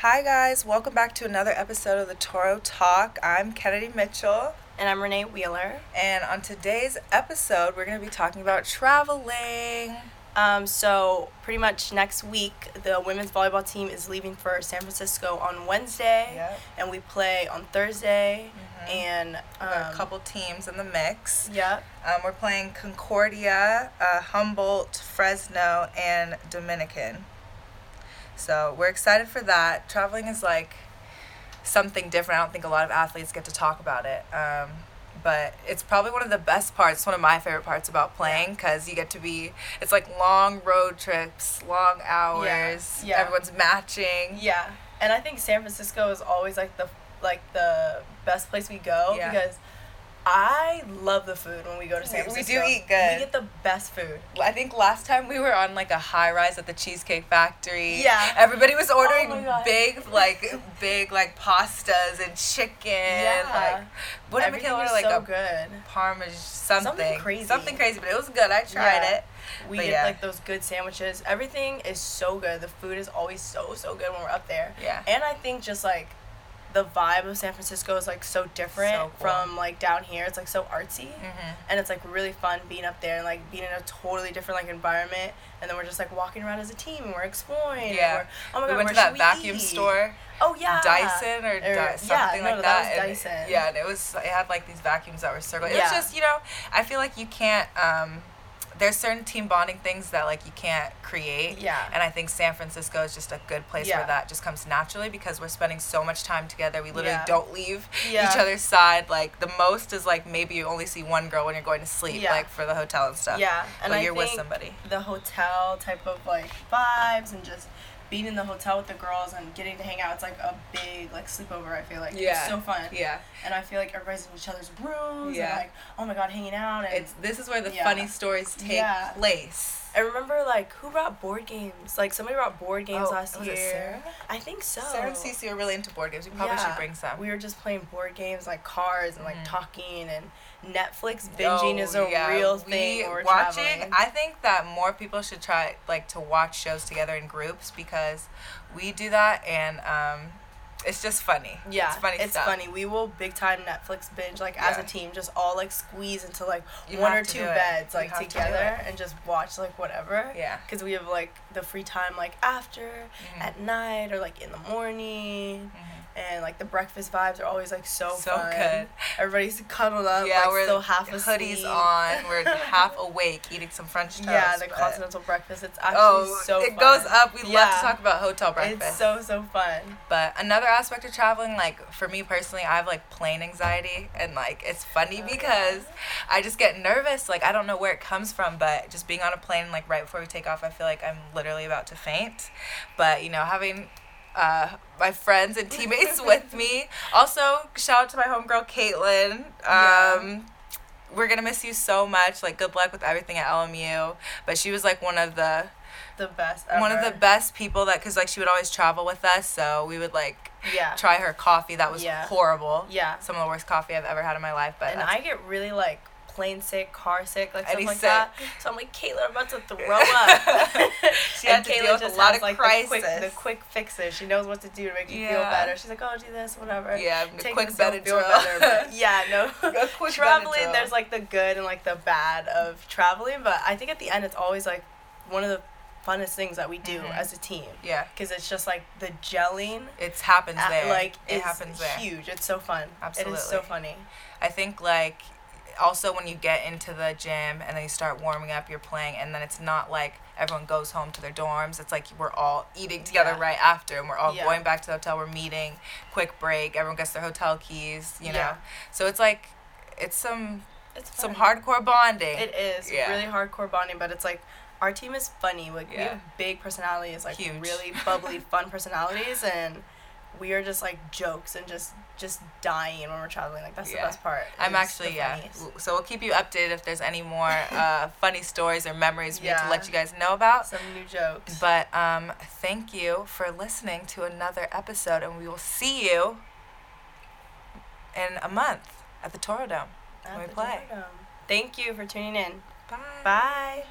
Hi, guys. Welcome back to another episode of the Toro Talk. I'm Kennedy Mitchell. And I'm Renee Wheeler. And on today's episode, we're going to be talking about traveling. Um, so, pretty much next week, the women's volleyball team is leaving for San Francisco on Wednesday, Yep. and we play on Thursday. And um, There are a couple teams in the mix. Yeah, Um, we're playing Concordia, uh, Humboldt, Fresno, and Dominican. So we're excited for that. Traveling is like something different. I don't think a lot of athletes get to talk about it. Um, but it's probably one of the best parts, one of my favorite parts about playing because you get to be, it's like long road trips, long hours, yeah. everyone's matching. yeah. And I think San Francisco is always like the like the best place we go Yeah. because I love the food when we go to San We- we Francisco. do eat good. We get the best food. I think last time we were on like a high rise at the Cheesecake Factory. Yeah. Everybody was ordering Oh my God. big, like, big, like pastas and chicken. Like, what did Everything Michaela order? was Like so a good. parmesan something. crazy. Something crazy, but it was good. I tried Yeah. it. We But get yeah. like those good sandwiches. Everything is so good. The food is always so so good when we're up there. Yeah. And I think just like the vibe of San Francisco is like so different So cool. from like down here. It's like so artsy. Mhm. And it's like really fun being up there and like being in a totally different like environment. And then we're just like walking around as a team and we're exploring. and Yeah. we're- oh my we god, went to where that should we vacuum eat? store, Oh yeah. Dyson or, Dy- yeah, something no, like that was and- Dyson. Yeah, and it was it had like these vacuums that were circling. It's Yeah. just you know I feel like you can't. Um, there's certain team bonding things that like you can't create. Yeah. And I think San Francisco is just a good place Yeah. where that just comes naturally because we're spending so much time together. We literally Yeah. don't leave Yeah. each other's side. Like the most is like maybe you only see one girl when you're going to sleep, Yeah. like for the hotel and stuff. Yeah, and but I you're with think somebody. the hotel type of like vibes and just being in the hotel with the girls and getting to hang out. It's like a big like sleepover. I feel like Yeah. it's so fun. Yeah. And I feel like everybody's in each other's rooms. Yeah. And like oh my god, hanging out and. It's this is where the Yeah. funny stories take Yeah. place. I remember like who brought board games? Like somebody brought board games Oh, last was year. it Sarah? I think so. Sarah and Cece are really into board games. We probably Yeah. should bring some. We were just playing board games like cards and like Mhm. talking and Netflix binging Oh, is a yeah. real We- thing. when we're watching. traveling. I think that more people should try like to watch shows together in groups because we do that and um, it's just funny. Yeah, it's funny stuff. funny. We will big time Netflix binge like as Yeah. a team, just all like squeeze into like You one have or to two do it. beds You like have to do together and just watch like whatever. Yeah. Mm-hmm. Cause we have like the free time like after, at night or like in the morning, and like the breakfast vibes are always like so So fun. good. Everybody's cuddled up. yeah, like, we're still half hoodies asleep. on. We're half awake, eating some French toast. Yeah, the but- continental breakfast. It's actually Oh, so. it fun. goes up. We love Yeah. to talk about hotel breakfast. It's so so fun. But another aspect of traveling, like for me personally, I have like plane anxiety, and like it's funny Oh, yeah. because I just get nervous. Like I don't know where it comes from, but just being on a plane, like right before we take off, I feel like I'm literally about to faint. But you know, having uh, my friends and teammates with me. Also, shout out to my homegirl Caitlin. Um, Yeah. We're gonna miss you so much. Like good luck with everything at LMU. But she was like one of the The best. Ever. one of the best people that because like she would always travel with us so we would like Yeah. try her coffee that was Yeah. horrible Yeah. some of the worst coffee i've ever had in my life but and that's- I get really like plane sick, car sick, like Any stuff like sick. that. So I'm like, Caitlin, I'm about to throw up. She had to deal with a lot of the quick, crisis. the quick fixes. She knows what to do to make you feel Yeah. better. She's like, oh, do this, whatever. yeah a Take quick this, you'll feel Benadryl. better. But yeah, A no. quick traveling, Benadryl. there's like the good and like the bad of traveling, but I think at the end, it's always like one of the funnest things that we do Mhm. as a team yeah because it's just like the gelling. it happens at- there Uh, like it is happens there huge. It's so fun. It is so Absolutely. funny. i think like also when you get into the gym and then you start warming up you're playing and then it's not like everyone goes home to their dorms it's like we're all eating together Yeah. right after and we're all Yeah. going back to the hotel we're meeting quick break everyone gets their hotel keys you know Yeah. so it's like it's some It's some fun. hardcore bonding. It is Yeah. really hardcore bonding, but it's like our team is funny. Like we Yeah. have big personalities, like Huge. really bubbly, fun personalities, and we are just like jokes and just just dying when we're traveling. Like that's Yeah. the best part. I'm is actually the yeah. funniest. w- So we'll keep you updated if there's any more uh, funny stories or memories we need to Yeah. let you guys know about. Some new jokes. But um, thank you for listening to another episode, and we will see you in a month at the Toro Dome. At we the play. Dome. Thank you for tuning in. Bye. Bye.